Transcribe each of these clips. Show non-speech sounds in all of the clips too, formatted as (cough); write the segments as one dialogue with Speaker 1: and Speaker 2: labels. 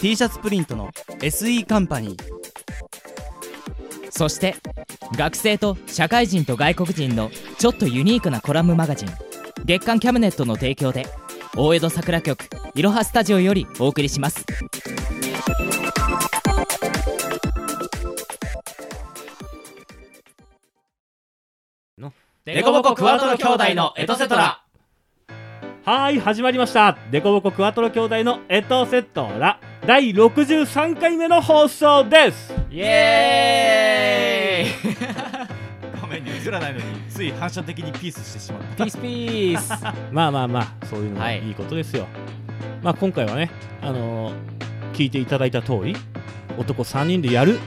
Speaker 1: T シャツプリントの SE カンパニー
Speaker 2: そして学生と社会人と外国人のちょっとユニークなコラムマガジン月刊キャムネットの提供で大江戸桜局いろはスタジオよりお送りします
Speaker 3: デコボコクワトロ兄弟のエトセトラ
Speaker 4: はい始まりましたデコボコクワトロ兄弟のエトセトラ第63回目の放送です
Speaker 3: イ
Speaker 2: (laughs)
Speaker 3: エーイ
Speaker 5: 画面に映らないのについ反射的にピースしてしまった
Speaker 3: ピースピース
Speaker 5: (laughs)
Speaker 4: まあまあまあそういうのも
Speaker 3: はい
Speaker 4: いいことですよ、まあ今回はねあのー聞いていただいた通り男3人でやる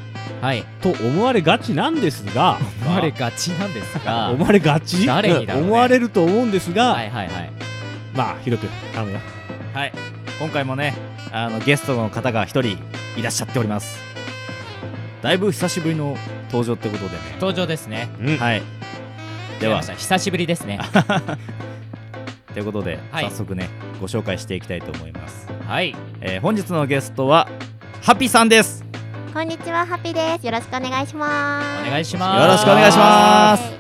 Speaker 3: はい
Speaker 4: と思われがちなんです (laughs) が
Speaker 2: あれガチなんですが
Speaker 4: 思われがち
Speaker 3: 誰にだろうね
Speaker 4: 思われると思うんですが、
Speaker 3: はいはいはい
Speaker 4: まあひろく頼むよ
Speaker 5: はい今回もねあのゲストの方が一人いらっしゃっておりますだいぶ久しぶりの登場ってことでね
Speaker 2: 登場ですね
Speaker 4: うん
Speaker 5: はいで
Speaker 2: 出
Speaker 5: は
Speaker 2: ました久しぶ
Speaker 5: (laughs)
Speaker 2: りですね
Speaker 5: ということで、
Speaker 2: はい
Speaker 5: 早速ねご紹介していきたいと思います、
Speaker 2: はい
Speaker 5: えー本日のゲストはハピさんですよ
Speaker 6: こんにちは、ハッピーです。よろしくお願いします。
Speaker 2: お願いします
Speaker 5: ろしくお願いしま
Speaker 6: は
Speaker 5: す
Speaker 6: い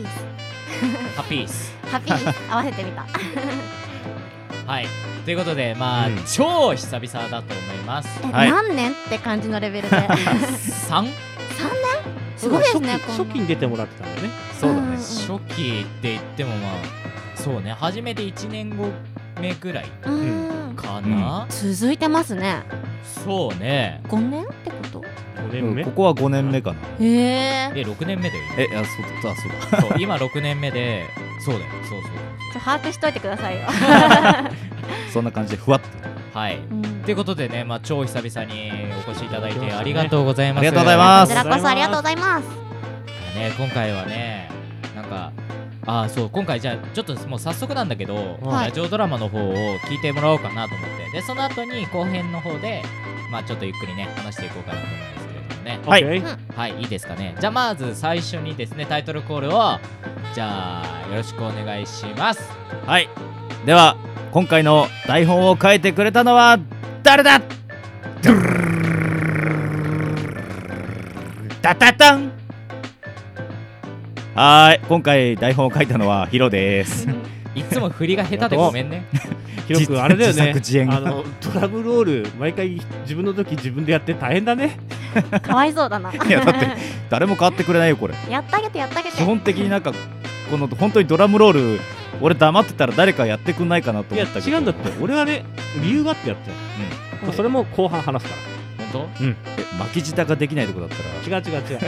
Speaker 6: ピースピース。
Speaker 2: ハッピース
Speaker 6: ハッピ
Speaker 5: (laughs)
Speaker 6: ー合わせてみた。
Speaker 2: はいということでまあ、
Speaker 5: うん
Speaker 2: 超久々だと思います
Speaker 6: え
Speaker 5: はい
Speaker 6: 何年って感じのレベルで。
Speaker 2: 3
Speaker 6: すごいですね
Speaker 4: 初期
Speaker 6: こんな
Speaker 4: 初期に出てもらってたんだよね
Speaker 5: (laughs) そうだ
Speaker 6: ん
Speaker 5: ね
Speaker 6: ん
Speaker 2: 初期って言ってもまあそうね初めて1年後目くらいう
Speaker 6: ーん。
Speaker 2: かな、
Speaker 6: 続いてますね。
Speaker 2: そうね
Speaker 6: 五年ってこと。
Speaker 4: 5年目、
Speaker 5: ここは5年目かな
Speaker 6: へえ。
Speaker 2: で6年目だよ
Speaker 5: えあそうだそうだ
Speaker 2: そう今6年目でそうだよそうそう
Speaker 6: ちょ把握しといてく
Speaker 5: (laughs)
Speaker 6: ださいよ。
Speaker 5: そんな感じでふわっと
Speaker 2: はいっ
Speaker 6: うん
Speaker 2: てことでね、まあ、超久々にお越しいただいてありがとうございます
Speaker 5: ありがとうございま
Speaker 6: こ
Speaker 5: す
Speaker 6: ちらこそありがとうございます。
Speaker 2: ね今回はねなんかああそう今回じゃあちょっともう早速なんだけど、
Speaker 6: はい
Speaker 2: ラジオドラマの方を聞いてもらおうかなと思ってでその後に後編の方でまあちょっとゆっくりね話していこうかなと思うんですけれどもね
Speaker 5: はい
Speaker 4: OK
Speaker 2: はいいいですかねじゃあまず最初にですねタイトルコールをじゃあよろしくお願いします
Speaker 5: はいでは今回の台本を書いてくれたのは誰だドゥルルルルルルタタタンはーい今回台本を書いたのはヒロです
Speaker 4: (laughs)
Speaker 2: いつも振りが下手でご
Speaker 5: (laughs)
Speaker 2: めんね
Speaker 4: ひろくあれだよ
Speaker 5: 自
Speaker 4: ね
Speaker 5: 作自演が
Speaker 4: あのドラムロール毎回自分の時自分でやって大変だね
Speaker 6: かわいそうだな。
Speaker 5: いやだって誰も変わってくれないよこれ
Speaker 6: やってあげてやってあげて。
Speaker 5: 基本的になんかこの本当にドラムロール俺黙ってたら誰かやってくんないかなと
Speaker 4: い
Speaker 5: 思
Speaker 4: や
Speaker 5: ったけど
Speaker 4: 違うんだって俺はね理由があってやってたよまあそれも後半話すか
Speaker 2: 本
Speaker 5: え巻き舌ができないってことだったら
Speaker 4: ら違う違う違う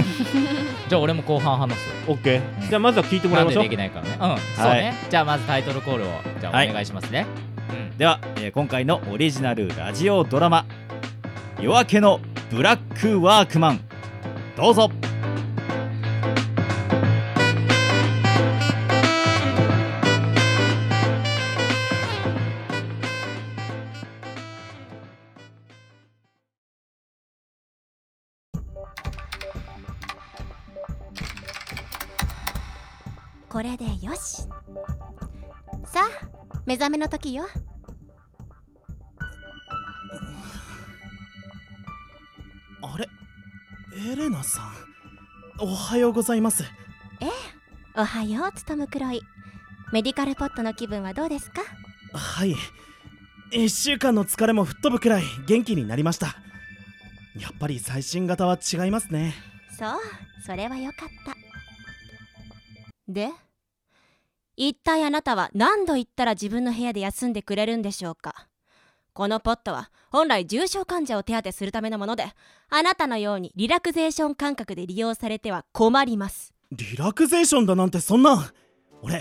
Speaker 4: (laughs)
Speaker 2: 当じゃあ俺も後半話すよ
Speaker 4: OK じゃあまずは聞いてもら
Speaker 2: ないん
Speaker 4: ま
Speaker 2: で
Speaker 4: しょ
Speaker 2: で
Speaker 4: う
Speaker 2: きないからねうんそうね、じゃあまずタイトルコールをじゃあ
Speaker 5: はい
Speaker 2: お願いしますね、うん
Speaker 5: では、えー今回のオリジナルラジオドラマ「夜明けのブラックワークマン」どうぞ
Speaker 6: これでよしさあ目覚めの時よ
Speaker 7: あれエレナさんおはようございます
Speaker 6: おはようつとむくろいメディカルポットの気分はどうですか
Speaker 7: はい1週間の疲れも吹っ飛ぶくらい元気になりましたやっぱり最新型は違いますね
Speaker 6: そうそれはよかったで一体あなたは何度言ったら自分の部屋で休んでくれるんでしょうかこのポットは本来重症患者を手当てするためのものであなたのようにリラクゼーション感覚で利用されては困ります
Speaker 7: リラクゼーションだなんてそんな俺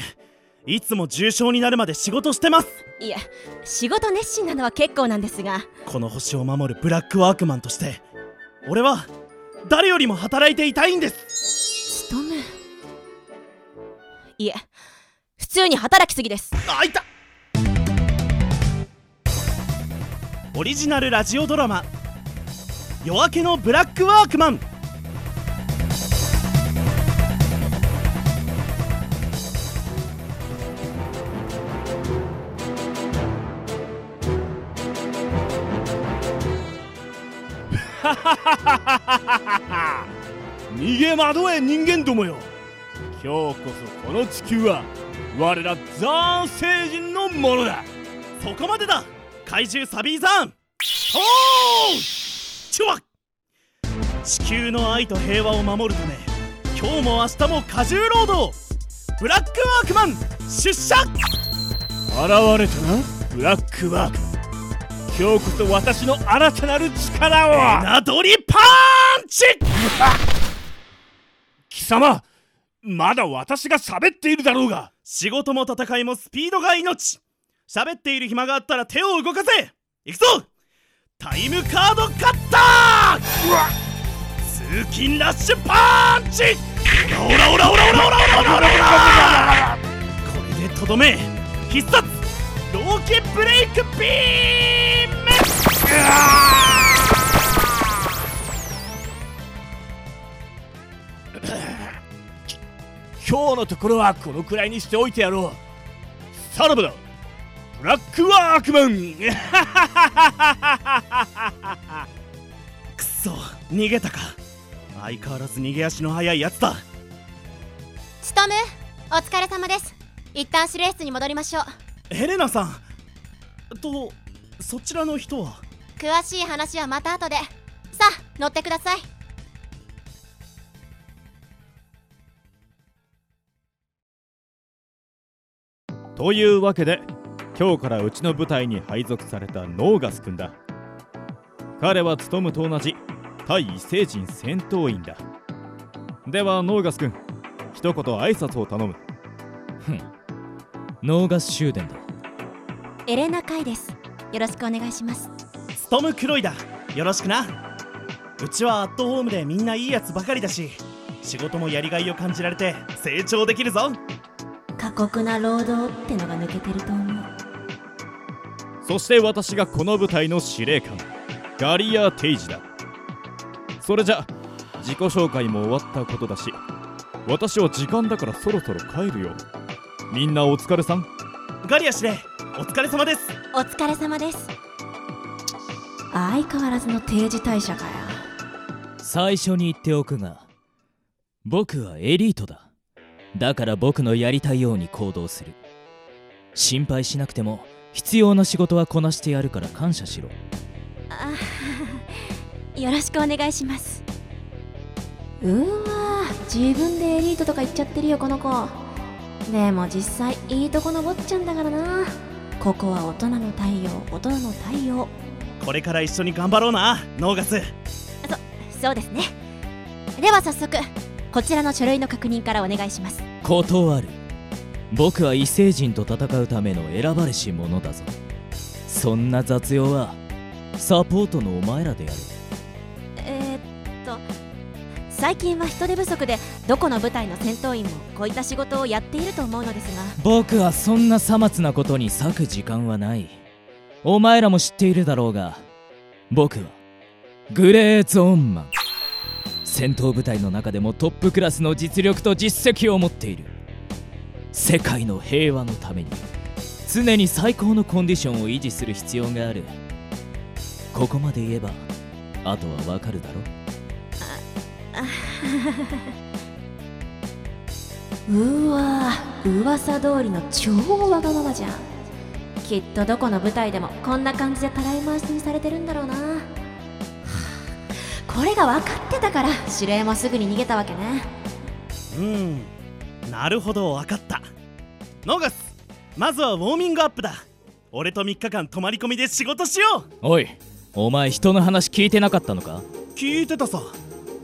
Speaker 7: いつも重症になるまで仕事してます
Speaker 6: いえ仕事熱心なのは結構なんですが
Speaker 7: この星を守るブラックワークマンとして俺は誰よりも働いていたいんです
Speaker 6: 勤めいえ普通に働きすぎです
Speaker 7: あいたオリジナルラジオドラマ「夜明けのブラックワークマン」
Speaker 8: 逃げ惑え人間どもよ今日こそこの地球は我らザーン星人のものだ
Speaker 7: そこまでだ怪獣サビーザーンおーチュワッ地球の愛と平和を守るため今日も明日も過重労働ブラックワークマン出社
Speaker 8: 現れたなブラックワーク今日こそ私の新たなる力を、
Speaker 7: などりパンチ
Speaker 8: 貴様まだ私が喋っているだろうが
Speaker 7: 仕事も戦いもスピードが命喋っている暇があったら手を動かせ行くぞタイムカードカッターうわ通勤ラッシュパンチオラオラオラオラオラオラオラオラオラこれでとどめ必殺ローキブレイクビーム
Speaker 8: 今日のところはこのくらいにしておいてやろうさらばだブラックワークマン
Speaker 7: くそ逃げたか相変わらず逃げ足の速いやつだ
Speaker 6: つとむお疲れ様です一旦指令室に戻りましょう
Speaker 7: エレナさんとそちらの人は
Speaker 6: 詳しい話はまた後でさあ乗ってください
Speaker 3: というわけで今日からうちの部隊に配属されたノーガス君だ彼はツトムと同じ対異星人戦闘員だではノーガス君一言挨拶を頼む
Speaker 9: ノーガス終電だ
Speaker 6: エレナ・カイですよろしくお願いします
Speaker 7: ストムクロイだよろしくなうちはアットホームでみんないいやつばかりだし仕事もやりがいを感じられて成長できるぞ
Speaker 6: 過酷な労働ってのが抜けてると思う
Speaker 3: そして私がこの部隊の司令官ガリア・テイジだそれじゃ自己紹介も終わったことだし私は時間だからそろそろ帰るよみんなお疲れさん
Speaker 7: ガリア司令お疲れ様です
Speaker 6: お疲れ様です相変わらずの定時退社かよ
Speaker 9: 最初に言っておくが僕はエリートだだから僕のやりたいように行動する心配しなくても必要な仕事はこなしてやるから感謝しろ
Speaker 6: あよろしくお願いしますうわ自分でエリートとか言っちゃってるよこの子でも実際いいとこの坊ちゃんだからなここは大人の太陽大人の太陽
Speaker 7: これから一緒に頑張ろうなノーガス
Speaker 6: そうですねでは早速こちらの書類の確認からお願いします
Speaker 9: 断る僕は異星人と戦うための選ばれし者だぞそんな雑用はサポートのお前らでやる
Speaker 6: えーっと最近は人手不足でどこの部隊の戦闘員もこういった仕事をやっていると思うのですが
Speaker 9: 僕はそんなさまつなことに割く時間はないお前らも知っているだろうが僕はグレーゾーンマン戦闘部隊の中でもトップクラスの実力と実績を持っている世界の平和のために常に最高のコンディションを維持する必要があるここまで言えばあとはわかるだろ
Speaker 6: うわ噂通りの超わがままじゃんきっとどこの舞台でもこんな感じでたらい回しにされてるんだろうなはあこれが分かってたから指令もすぐに逃げたわけね
Speaker 7: うんなるほど分かったノガスまずはウォーミングアップだ俺と3日間泊まり込みで仕事しよ
Speaker 9: おいお前人の話聞いてなかったのか
Speaker 7: う聞いてたさ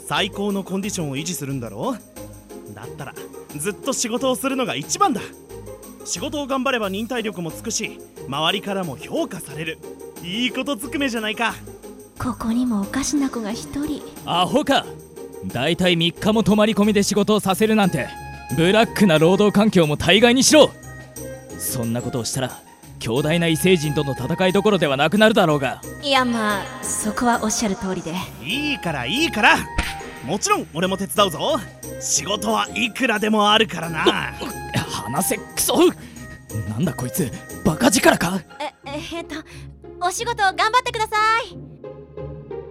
Speaker 7: 最高のコンディションを維持するんだろだったらずっと仕事をするのが一番だ仕事を頑張れば忍耐力もつくし周りからも評価されるいいことずくめじゃないか
Speaker 6: ここにもおかしな子が一人
Speaker 9: アホかだいたい3日も泊まり込みで仕事をさせるなんてブラックな労働環境も大概にしろそんなことをしたら強大な異星人との戦いどころではなくなるだろうが
Speaker 6: いやまあそこはおっしゃる通りで
Speaker 7: いいからいいからもちろん俺も手伝うぞ仕事はいくらでもあるからな
Speaker 9: 話せクソなんだこいつバカ力か
Speaker 6: えええっとお仕事頑張ってください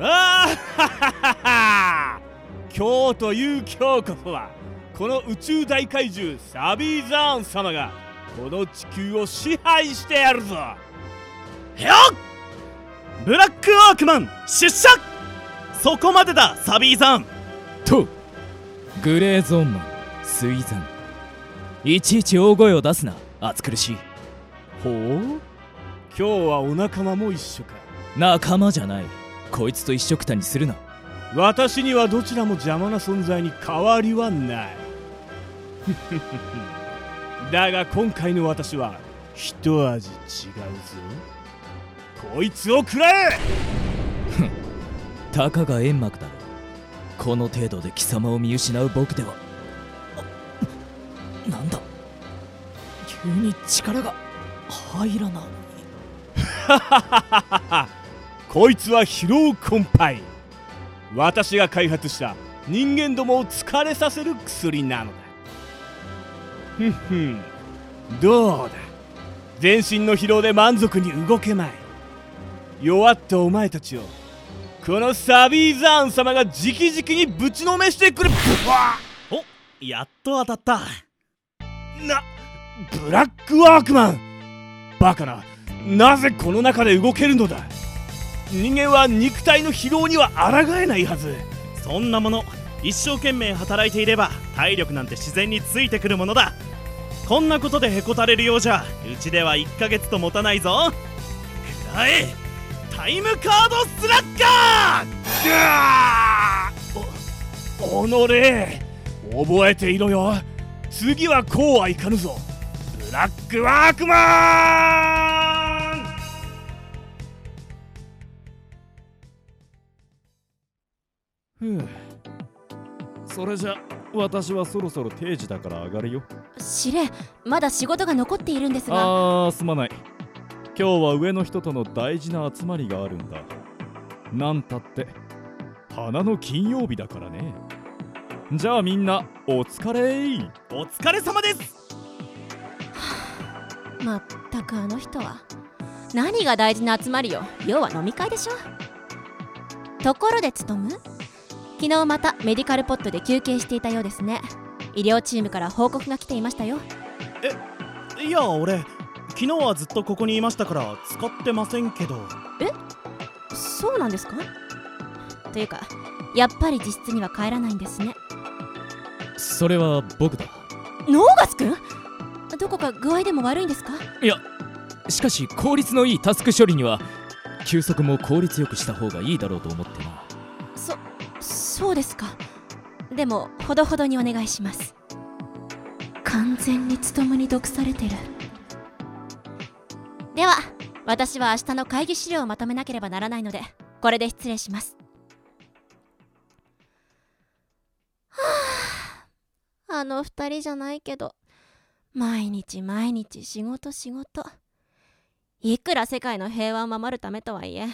Speaker 8: ああははは (laughs) 今日という今日こそはこの宇宙大怪獣サビーザーン様がこの地球を支配してやるぞ
Speaker 7: よっブラックワークマン出社そこまでだサビーさん
Speaker 9: とグレーゾーンマンスイザンいちいち大声を出すな暑苦しい
Speaker 8: ほう今日はお仲間も一緒か
Speaker 9: 仲間じゃないこいつと一緒くたにするな
Speaker 8: 私にはどちらも邪魔な存在に変わりはない (laughs) ふふふふだが今回の私は一味違うぞこいつをくれ
Speaker 9: (laughs) たかが煙幕だろうこの程度で貴様を見失う僕では (laughs) あなんだ急に力が入らない
Speaker 8: (laughs) こいつは疲労困憊私が開発した人間どもを疲れさせる薬なのだふんふんどうだ全身の疲労で満足に動けまい弱ったお前たちをこのサビーザーン様が直々にぶちのめしてくるブワ
Speaker 7: やっと当たった
Speaker 8: ーブラックワークマンバカななぜこの中で動けるのだ人間は肉体の疲労には抗えないはず
Speaker 7: そんなもの一生懸命働いていれば体力なんて自然についてくるものだこんなことでへこたれるようじゃうちでは1ヶ月と持たないぞくらえタイムカードスラッガー
Speaker 8: おのれ覚えていろよ次はこうはいかぬぞブラックワークマンふうそれじゃ私はそろそろ定時だから上がるよ
Speaker 6: 司令まだ仕事が残っているんですが
Speaker 8: あーすまない今日は上の人との大事な集まりがあるんだなんたって花の金曜日だからねじゃあみんなお疲れい
Speaker 7: お疲れ様です
Speaker 6: まったくあの人は何が大事な集まりよ要は飲み会でしょところで勤む昨日またメディカルポットで休憩していたようですね医療チームから報告が来ていましたよ
Speaker 7: いや俺昨日はずっとここにいましたから使ってませんけど
Speaker 6: そうなんですかというかやっぱり自室には帰らないんですね
Speaker 9: それは僕だ
Speaker 6: ノーガス君どこか具合でも悪いんですか
Speaker 9: しかし効率のいいタスク処理には休息も効率よくした方がいいだろうと思ってな
Speaker 6: そうですかでもほどほどにお願いします完全に務に毒されてるでは私は明日の会議資料をまとめなければならないのでこれで失礼しますはああの二人じゃないけど毎日毎日仕事仕事いくら世界の平和を守るためとはいえ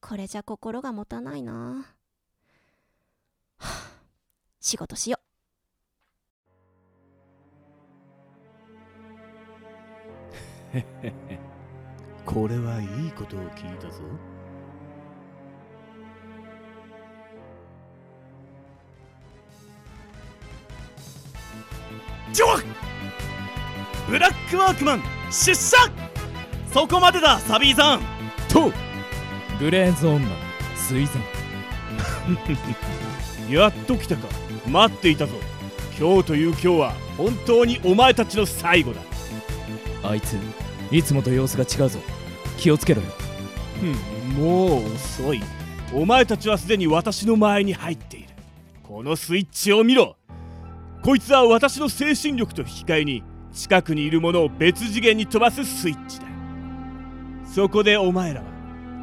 Speaker 6: これじゃ心が持たないな仕事しよ
Speaker 8: これはいいことを聞いたぞジョーブラックワークマン出社そこまでだサビーさん
Speaker 9: とグレーゾーンマン推薦
Speaker 8: (laughs) やっと来たか待っていたぞ今日という今日は本当にお前たちの最後だ
Speaker 9: あいついつもと様子が違うぞ気をつけろよ
Speaker 8: ふんもう遅いお前たちはすでに私の前に入っているこのスイッチを見ろこいつは私の精神力と引き換えに近くにいるものを別次元に飛ばすスイッチだそこでお前らは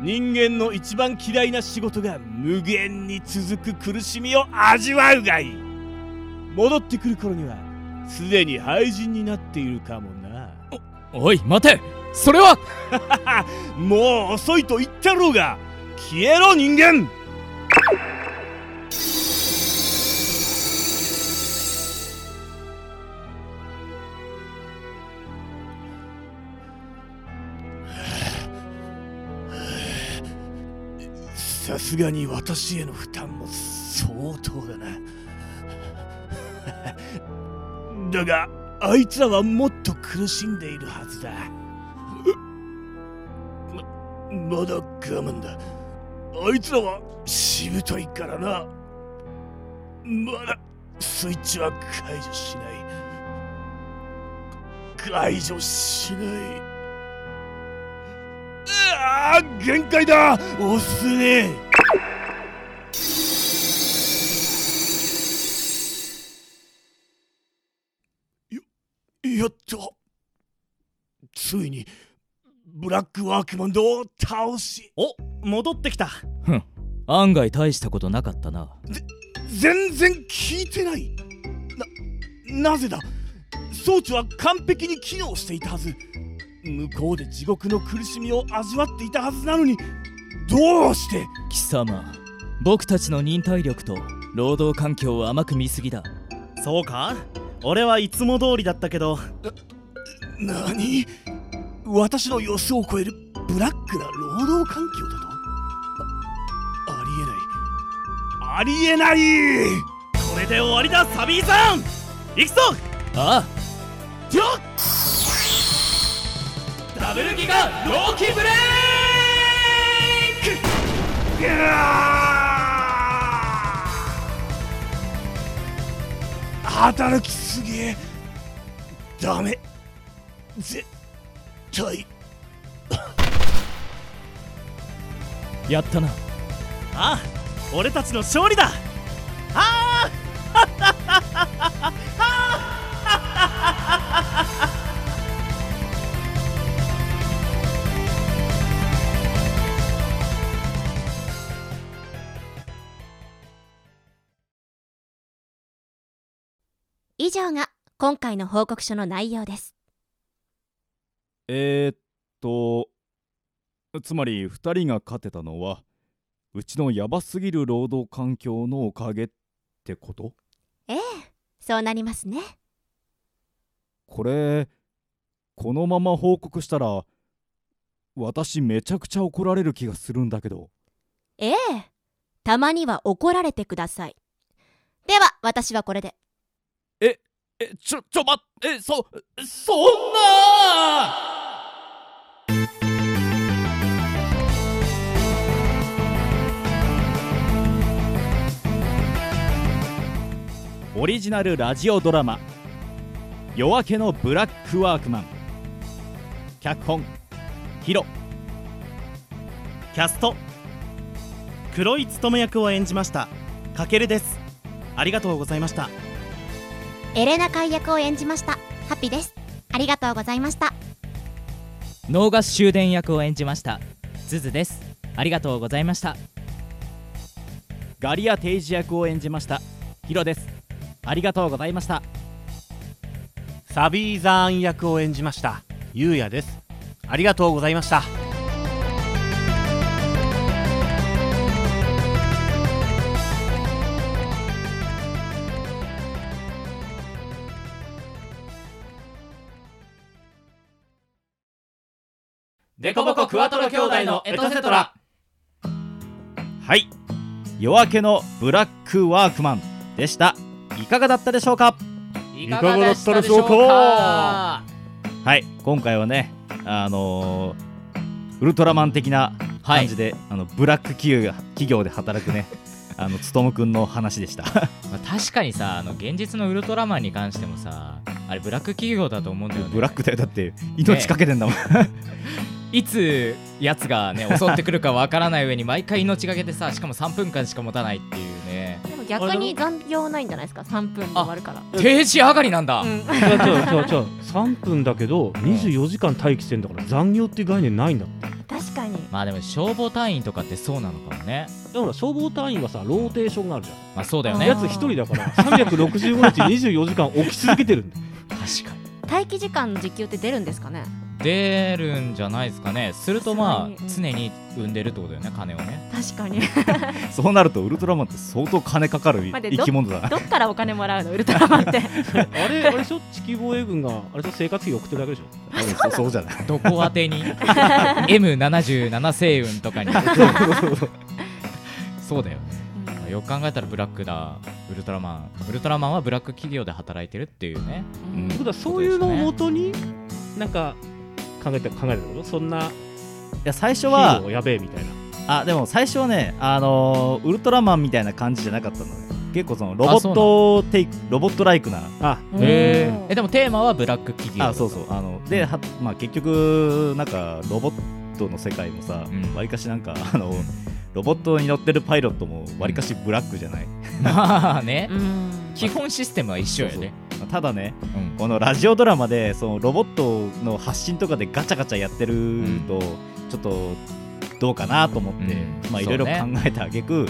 Speaker 8: 人間の一番嫌いな仕事が無限に続く苦しみを味わうがいい戻ってくる頃にはすでに廃人になっているかもな
Speaker 9: おい待てそれは
Speaker 8: もう遅いと言ったろうが消えろ人間さすがに私への負担も相当だなだがあいつらはもっと苦しんでいるはずだまだ我慢だあいつらはしぶといからなまだスイッチは解除しない解除しないうわあ限界だ押すねえややったついにブラックワークマンドを倒し
Speaker 4: お戻ってきた
Speaker 9: 案外大したことなかったな
Speaker 8: 全然聞いてないななぜだ装置は完璧に機能していたはず向こうで地獄の苦しみを味わっていたはずなのにどうして
Speaker 9: 貴様僕たちの忍耐力と労働環境を甘く見すぎだ
Speaker 7: そうか俺はいつも通りだったけど
Speaker 8: 何私の予想を超えるブラックな労働環境だとあありえないありえない
Speaker 4: これで終わりだサビーさん行くぞ
Speaker 9: あ
Speaker 8: よっ
Speaker 4: ダブルギガローキブレ
Speaker 8: いやー働きすぎえダメ絶対
Speaker 9: あやったな
Speaker 4: あ俺たちの勝利だ
Speaker 6: 以上が今回の報告書の内容です
Speaker 3: えー、っとつまり2人が勝てたのはうちのヤバすぎる労働環境のおかげってこと
Speaker 6: ええそうなりますね
Speaker 3: これこのまま報告したら私めちゃくちゃ怒られる気がするんだけど
Speaker 6: ええたまには怒られてくださいでは私はこれで
Speaker 5: えちょちょ待ってえそそんな
Speaker 3: オリジナルラジオドラマ「夜明けのブラックワークマン」脚本ヒロ
Speaker 7: キャスト黒い勤め役を演じましたかけるですありがとうございました
Speaker 6: エレナ海役を演じましたハッピーですありがとうございました
Speaker 9: 能が終電役を演じましたズズですありがとうございました
Speaker 5: ガリア定時役を演じましたヒロですありがとうございました
Speaker 4: サビーザーン役を演じましたゆうやですありがとうございました
Speaker 5: デコボコクワトロ兄弟のエトセトラ
Speaker 3: はい夜明けのブラックワークマンでしたいかがだったでしょうか
Speaker 5: い
Speaker 2: いかがでしたでしょうか
Speaker 5: はい今回はねあのーウルトラマン的な
Speaker 2: は
Speaker 5: 感
Speaker 2: い
Speaker 5: じで、あのブラック企業が企業で働くねあのつとむくんの話でした
Speaker 2: まあ確かにさあの現実のウルトラマンに関してもさあれブラック企業だと思うんだよね
Speaker 5: ブラックだよだって命かけてんだもん、
Speaker 2: いつやつがね襲ってくるかわからない上に毎回命がけでさしかも3分間しか持たないっていうね
Speaker 6: でも逆に残業ないんじゃないですか3分で終わるから
Speaker 2: 定時上がりなんだ、
Speaker 6: うん
Speaker 4: 違う違う違う違う3分だけど24時間待機してんだから残業っていう概念ないんだって
Speaker 6: (laughs) 確かに
Speaker 2: まあでも消防隊員とかってそうなのかもね
Speaker 4: だから消防隊員はさローテーションがあるじゃ
Speaker 2: まあそうだよ
Speaker 4: ん
Speaker 2: ね
Speaker 4: やつ一人だから365日24時間起き続けてるんだよ
Speaker 2: 確かに
Speaker 6: 待機時間の時給って出るんですかね
Speaker 2: 出るんじゃないですかねするとま
Speaker 6: 確
Speaker 2: あ
Speaker 6: かに
Speaker 2: 常に産んでるってことだよね金を
Speaker 6: (laughs)
Speaker 2: ね
Speaker 6: 確かに
Speaker 5: (laughs) そうなるとウルトラマンって相当金かかる
Speaker 6: 待って
Speaker 5: 生き物だな
Speaker 6: (laughs) どっからお金もらうのウルトラマンっ
Speaker 4: (laughs)
Speaker 6: て
Speaker 4: あれあれでしょ地球防衛軍があれでしょ生活費送ってるだけでしょ
Speaker 5: そうそうじゃない
Speaker 2: (laughs) どこ宛てに M77 星雲とかにそうだよねまあよく考えたらブラックだウルトラマンウルトラマンはブラック企業で働いてるっていうね
Speaker 6: うん
Speaker 4: ってことはそういうのをもとになんか考えて考えてることそんな
Speaker 5: や最初
Speaker 4: ヒ
Speaker 5: は
Speaker 4: ーローやべえみたいな
Speaker 5: あでも最初はね、あのーウルトラマンみたいな感じじゃなかったのね結構そのロボ
Speaker 2: あそう
Speaker 5: ッ
Speaker 2: な
Speaker 5: トテイクロボットライクな
Speaker 4: あ
Speaker 2: へーえでもテーマはブラック企業
Speaker 5: あそうそうあのでは、まあ、結局なんかロボットの世界もさわ
Speaker 2: うん
Speaker 5: り、割かしなんかあのロボットに乗ってるパイロットもわりかしブラックじゃない、
Speaker 2: まあね
Speaker 6: うん
Speaker 2: 基本システムは一緒やね
Speaker 5: ただね
Speaker 2: うん
Speaker 5: このラジオドラマでそのロボットの発信とかでガチャガチャやってると、ちょっとどうかなと思って、
Speaker 2: うん
Speaker 5: まあい
Speaker 2: そ
Speaker 5: ろい
Speaker 2: う
Speaker 5: ろ考
Speaker 2: ね
Speaker 5: えた挙句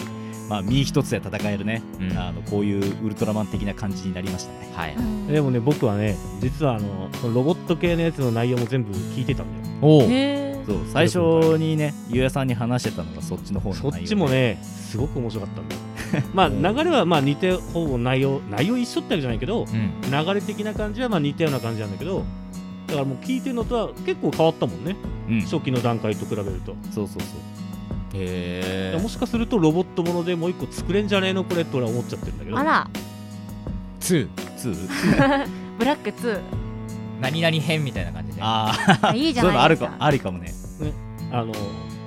Speaker 5: まあ身一つで戦えるね
Speaker 2: うん
Speaker 5: あのこういうウルトラマン的な感じになりましたね。
Speaker 2: はい
Speaker 4: でもね僕はね実はあのそのロボット系のやつの内容も全部聞いてたんだよ
Speaker 2: お
Speaker 6: へー
Speaker 5: そう最初にね、ゆうやさんに話してたのがそっちの方の内
Speaker 4: そ
Speaker 5: 容
Speaker 4: っちもねすごく面白かったん
Speaker 5: (laughs)
Speaker 4: だよまあ流れはまあ似てほぼ内容内容一緒ってわけじゃないけど
Speaker 2: うん
Speaker 4: 流れ的な感じはまあ似たような感じなんだけどだからもう聞いてるのとは結構変わったもんね、
Speaker 5: うん
Speaker 4: 初期の段階と比べると、
Speaker 5: そうそうそう
Speaker 2: へ
Speaker 4: も
Speaker 2: え
Speaker 4: しかするとロボットものでもう一個作れんじゃねえのこれって俺は思っちゃってるんだけど
Speaker 6: あら
Speaker 2: 2
Speaker 5: ツー
Speaker 6: ブラック2
Speaker 2: 何々編みたいな感じで
Speaker 5: あ
Speaker 6: あいい
Speaker 5: あ
Speaker 6: じ
Speaker 5: そういう
Speaker 6: ゃ
Speaker 5: のあ
Speaker 6: ないで
Speaker 5: る
Speaker 6: す
Speaker 5: か
Speaker 6: か
Speaker 5: ありかもね
Speaker 4: あの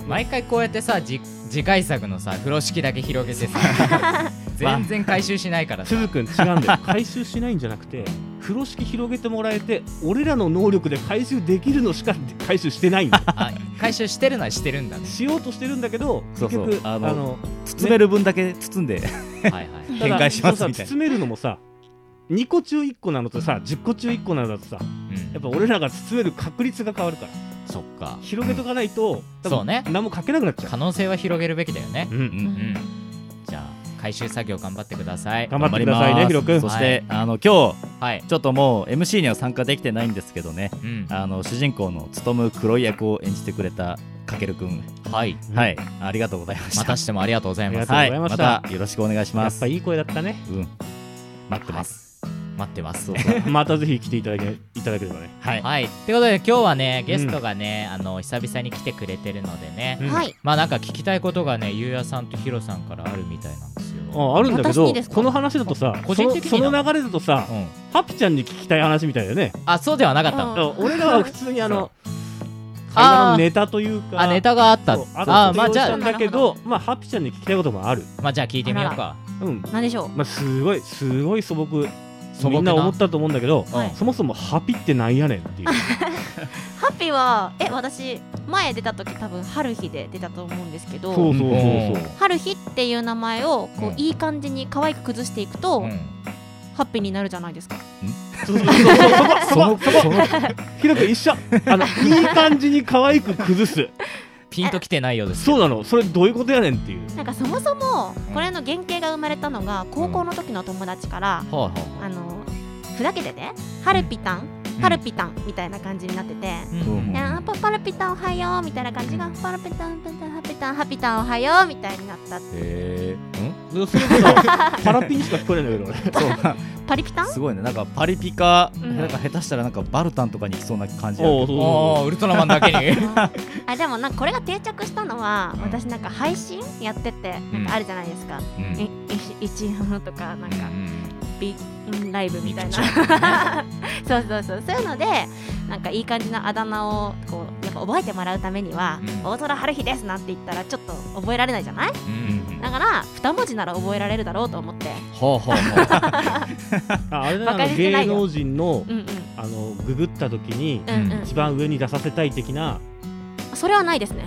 Speaker 2: 毎回こうやってさじ次回作のさ風呂敷だけ広げてさ全然回収しないからさ
Speaker 4: 鈴くん違う
Speaker 5: (laughs)
Speaker 4: んだよ回収しないんじゃなくて風呂敷広げてもらえて俺らの能力で回収できるのしか回収してないん
Speaker 5: (laughs)
Speaker 4: だよ
Speaker 2: あ回収してるのはしてるん
Speaker 8: (laughs)
Speaker 2: だね
Speaker 4: しようとしてるんだけど
Speaker 5: そうそう
Speaker 4: 結局
Speaker 5: あ
Speaker 4: あ
Speaker 5: の
Speaker 4: の
Speaker 5: 包める分だけ包んで
Speaker 2: はいはい
Speaker 4: ただ
Speaker 5: 展開します
Speaker 4: その
Speaker 5: み
Speaker 4: さ
Speaker 5: たいな
Speaker 4: 包めるのもさ2個中1個なのとさ10個中1個なのだとさやっぱ俺らが包める確率が変わるから
Speaker 2: そっか
Speaker 4: 広げとかないと、多分
Speaker 2: そうね
Speaker 4: 何も書けなくなっちゃ
Speaker 2: 可能性は広げるべきだよね
Speaker 4: う、うん
Speaker 5: う
Speaker 6: うん
Speaker 2: うんじゃあ回収作業頑張ってください
Speaker 4: 頑張ってくださいね
Speaker 5: 頑張ります
Speaker 4: ヒロ君
Speaker 5: そして、あの今日
Speaker 2: はい、
Speaker 5: ちょっともう MC には参加できてないんですけどね
Speaker 2: うん、
Speaker 5: あの主人公のつとむ黒い役を演じてくれたかけるくん、
Speaker 2: はい
Speaker 5: はいありがとうございました
Speaker 2: またしてもありがとうございます
Speaker 4: あ
Speaker 5: は
Speaker 4: り
Speaker 5: い
Speaker 4: がと
Speaker 5: ま
Speaker 4: うございました
Speaker 5: たよろしくお願いし
Speaker 4: や
Speaker 5: ま
Speaker 4: っ
Speaker 5: す
Speaker 4: ぱいい声だった
Speaker 7: (laughs)
Speaker 4: ね
Speaker 5: うん待ってます、
Speaker 2: 待ってます
Speaker 5: そうそう
Speaker 4: またぜひ来ていただけいただければね
Speaker 5: はい
Speaker 2: (laughs) はいということで今日はねゲストがね、あの久々に来てくれてるのでね、
Speaker 4: うん
Speaker 6: はい
Speaker 2: まあなんか聞きたいことがねゆうやさんとひろさんからあるみたいなんですよ
Speaker 4: ああるんだけ
Speaker 6: 私に
Speaker 4: ど
Speaker 6: ですか
Speaker 4: この話だとさ
Speaker 2: 個人的に
Speaker 4: そのそ
Speaker 2: な
Speaker 4: の流れだとさ
Speaker 2: うん
Speaker 4: ハピちゃんに聞きたい話みたいだよね
Speaker 2: あそうではなかったの
Speaker 6: うん
Speaker 4: あ俺らは普通にあの
Speaker 2: う
Speaker 4: 会話
Speaker 2: あ
Speaker 4: の
Speaker 2: ー
Speaker 4: ネタというか
Speaker 2: あネタがあった
Speaker 4: そう
Speaker 2: あ
Speaker 4: あ
Speaker 2: ま
Speaker 4: ま
Speaker 2: あ
Speaker 4: あ
Speaker 2: じ
Speaker 4: じ
Speaker 2: ゃ
Speaker 4: ゃ
Speaker 2: あ
Speaker 4: んだけ
Speaker 6: なる
Speaker 4: どまあハピちゃんに聞きたいこともある
Speaker 2: まあじゃあ聞いてみようか
Speaker 4: うん
Speaker 6: 何でしょう
Speaker 4: まあすごいすごい素朴
Speaker 2: 素朴な
Speaker 4: みんな思ったと思うんだけど、
Speaker 6: はい
Speaker 4: そもそもハピってなんやねんっていう
Speaker 6: ハッピーはえ私前出た時多分春日で出たと思うんです
Speaker 4: そ
Speaker 6: けど
Speaker 4: うそうそうそう
Speaker 6: 春日っていう名前をこう、
Speaker 2: うん
Speaker 6: いい感じに可愛く崩していくと、
Speaker 2: うん
Speaker 6: ハッピーになるじゃないですか
Speaker 4: そうそうそうそう
Speaker 5: そのその
Speaker 4: ひろくん一緒
Speaker 10: (laughs)
Speaker 4: あのいい感じに可愛く崩す
Speaker 2: ピンときてないようです
Speaker 4: そうなのそれどういうことやねんっていう
Speaker 6: なんかそもそもこれの原型が生まれたのが高校の時の友達から、
Speaker 2: は
Speaker 6: あのふざけててハルピタン、パルピタンみたいな感じになってて、
Speaker 2: いはい
Speaker 6: いやパパルピタンおはようみたいな感じが、パルピタンパルピタンハピタンハピタンおはようみたいになった
Speaker 2: へ
Speaker 4: それこそパラピンしか聞こえないん
Speaker 6: (laughs)
Speaker 4: だけど
Speaker 5: そう
Speaker 6: パリピタン
Speaker 5: すごいねなんかパリピか、
Speaker 6: うん
Speaker 5: なんか下手したらなんかバルタンとかに行きそうな感じだね
Speaker 4: 俺おうそう
Speaker 2: おおウルトラマンだけに
Speaker 6: あでもなんかこれが定着したのは私なんか配信やっててなんかあるじゃないですか、
Speaker 2: うん
Speaker 6: いい一一のとかなんか
Speaker 2: うん
Speaker 6: ビうんライブみたいな (laughs) そうそうそうそういうのでなんかいい感じのあだ名をこうやっぱ覚えてもらうためには「
Speaker 2: うん
Speaker 6: 大空春日です」なんて言ったらちょっと覚えられないじゃない
Speaker 2: うん
Speaker 6: だから二文字なら覚えられるだろうと思って
Speaker 2: ほうほうほう
Speaker 4: ああれだ
Speaker 6: バ
Speaker 4: な
Speaker 6: カ
Speaker 4: あの
Speaker 6: にしてな
Speaker 4: 芸
Speaker 6: いよ
Speaker 4: 能人の
Speaker 6: うんうん
Speaker 4: あのググった時に
Speaker 6: うんう
Speaker 2: うん
Speaker 4: 一番上に出させたい的
Speaker 6: (laughs)
Speaker 4: な
Speaker 6: それはないですね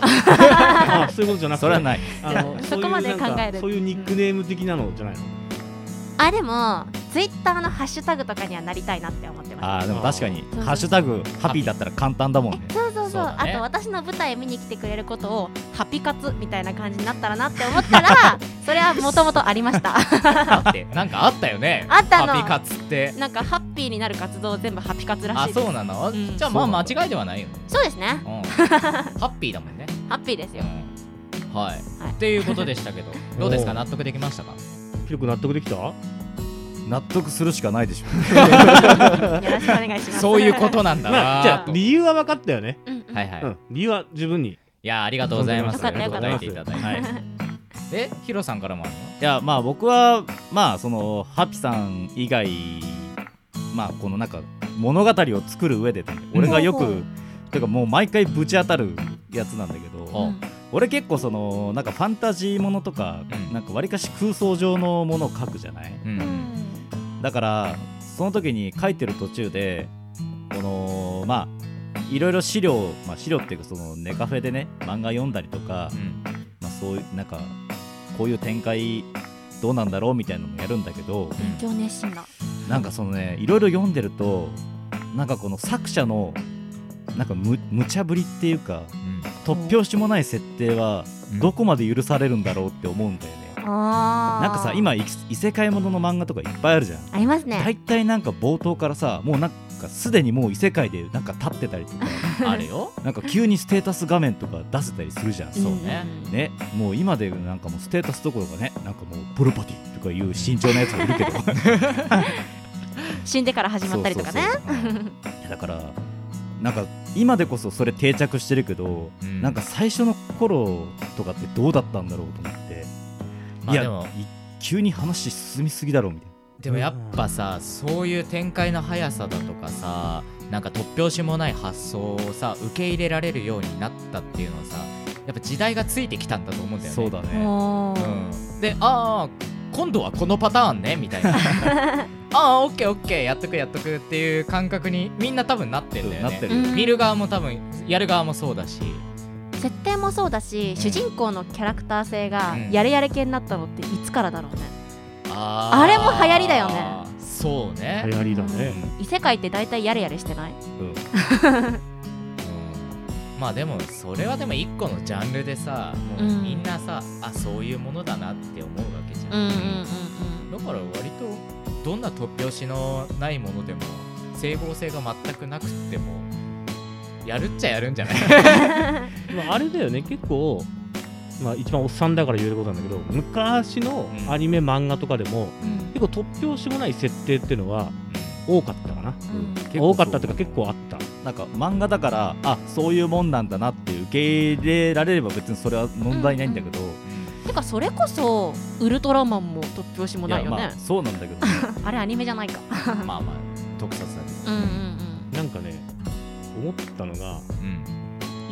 Speaker 4: ああそういうことじゃなくて
Speaker 2: それはない
Speaker 4: あの
Speaker 6: そこまで考える
Speaker 4: そういうなんかそういうニックネーム的なのじゃないの
Speaker 6: あでもツイッターのハッシュタグとかにはなりたいなって思ってま
Speaker 5: あ
Speaker 6: す
Speaker 5: ーでも確かに
Speaker 6: そうそう
Speaker 5: ハッシュタグハピーだったら簡単だもんね
Speaker 6: そうそうそう
Speaker 2: そうだね
Speaker 6: あと私の舞台見に来てくれることをハピカツみたいな感じになったらなって思ったらそれはもともとありました (laughs)
Speaker 2: だってなんかあったよね
Speaker 6: あったの
Speaker 2: ハピカツって
Speaker 6: なんかハッピーになる活動全部ハピカツら
Speaker 2: あ
Speaker 6: しいです
Speaker 2: そうなの、
Speaker 6: うん
Speaker 2: じゃあまあ間違いではないよ、
Speaker 6: そうですね
Speaker 2: うん、ハッピーだもんね、
Speaker 6: ハッピーで
Speaker 2: (laughs)
Speaker 6: す
Speaker 2: う
Speaker 6: よ
Speaker 2: ん、はい
Speaker 6: はい
Speaker 2: っていうことでしたけどどうですか
Speaker 4: おー
Speaker 2: 納得できましたか
Speaker 4: ひろく納得できた
Speaker 5: 納得するしかないでしょ
Speaker 6: よろしくお願いします
Speaker 2: そういうことなんだ
Speaker 4: まあじ
Speaker 2: な
Speaker 4: ゃあ
Speaker 2: と
Speaker 4: 理由は分かったよね
Speaker 6: うんうん
Speaker 2: はいはい、
Speaker 4: う
Speaker 2: い
Speaker 4: ん理由は自分に
Speaker 2: やありがとうございます
Speaker 6: よかったよかった
Speaker 2: 答えていただいて、
Speaker 5: はい
Speaker 2: えヒロさんからもあるの
Speaker 5: いやまあ僕はまあそのハピさん以外まあこのなんか物語を作る上でね俺がよ
Speaker 6: ほうほ
Speaker 5: くてかもう毎回ぶち当たるやつなんだけど
Speaker 2: お
Speaker 5: 俺結構そのなんかファンタジーものとか
Speaker 2: うん
Speaker 5: なんかわりかし空想上のものを書くじゃない
Speaker 2: うんうん
Speaker 5: だからその時に書いてる途中でこのまあいろいろ資料、まあ、資料っていうかそのネカフェでね漫画読んだりとか、まあ、そういうなんかこういう展開どうなんだろうみたいなのもやるんだけど
Speaker 6: 勉強熱心だ
Speaker 5: なんかそのねいろいろ読んでるとなんかこの作者のなんかむ無茶ぶりっていうか突拍子もない設定は
Speaker 2: うん
Speaker 5: どこまで許されるんだろうって思うんだよね。
Speaker 6: あー
Speaker 5: なんかさ今い異世界ものの漫画とかいっぱいあるじゃん。
Speaker 6: ありますね
Speaker 5: 大体なんか冒頭からさもうなんかすでにもう異世界でなんか立ってたりと
Speaker 6: (laughs)
Speaker 5: か
Speaker 2: あるよ
Speaker 5: なんか急にステータス画面とか出せたりするじゃん
Speaker 6: ん
Speaker 5: そう
Speaker 2: ね
Speaker 5: ねもう今でなんかもうステータスどころかねなんかもうプロパティとかいう慎重なやつがいるけど
Speaker 6: 死んでから (laughs) 始まったりとかね
Speaker 5: そうそう
Speaker 6: (laughs)
Speaker 5: そううんいやだからなんか今でこそそれ定着してるけど、
Speaker 2: うん
Speaker 5: なんか最初の頃とかってどうだったんだろうと思って、
Speaker 2: ま
Speaker 5: い
Speaker 2: あ
Speaker 5: や
Speaker 2: でも
Speaker 5: い急に話進みすぎだろうみたいな
Speaker 2: でもやっぱさそういう展開の速さだとかさなんか突拍子もない発想をさ受け入れられるようになったっていうのはさやっぱ時代がついてきたんだと思うんだよね
Speaker 5: そうだね
Speaker 6: もう
Speaker 2: うん、でああ今度はこのパターンね
Speaker 5: (laughs)
Speaker 2: みたいなああオッケーオッケーやっとくやっとくっていう感覚にみんな多分なってんだよね
Speaker 5: なってる
Speaker 6: うん
Speaker 2: 見る側も多分やる側もそうだし
Speaker 6: 設定もそうだし、主人公のキャラクター性が
Speaker 2: うん
Speaker 6: やれやれ系になったのっていつからだろうね、
Speaker 2: あー
Speaker 6: あれも流行りだよね
Speaker 2: そうね、
Speaker 4: 流行りだね
Speaker 6: 異世界って大体やれやれしてない
Speaker 2: うんまあでもそれはでも一個のジャンルでさもううんみんなさ、あそういうものだなって思うわけじゃん、だから割とどんな突拍子のないものでも整合性が全くなくってもやるっちゃやるんじゃない
Speaker 4: まあ、あれだよね結構、まあ、一番おっさんだから言えることなんだけど昔のアニメ漫画とかでも、結構突拍子もない設定っていうのは多かったかな
Speaker 5: 結構
Speaker 4: 多かったというか結構あった
Speaker 5: なんか漫画だからあそういうもんなんだなって受け入れられれば別にそれは問題ないんだけど、
Speaker 6: てかそれこそウルトラマンも突拍子も
Speaker 5: い
Speaker 6: な
Speaker 5: や
Speaker 6: いよ
Speaker 5: ま
Speaker 6: ね
Speaker 5: あそうなんだけど
Speaker 6: (laughs) あれアニメじゃないか
Speaker 2: うんまあまあ特撮だけ
Speaker 6: うんうん
Speaker 4: なんかね思ったのが
Speaker 2: ど、うん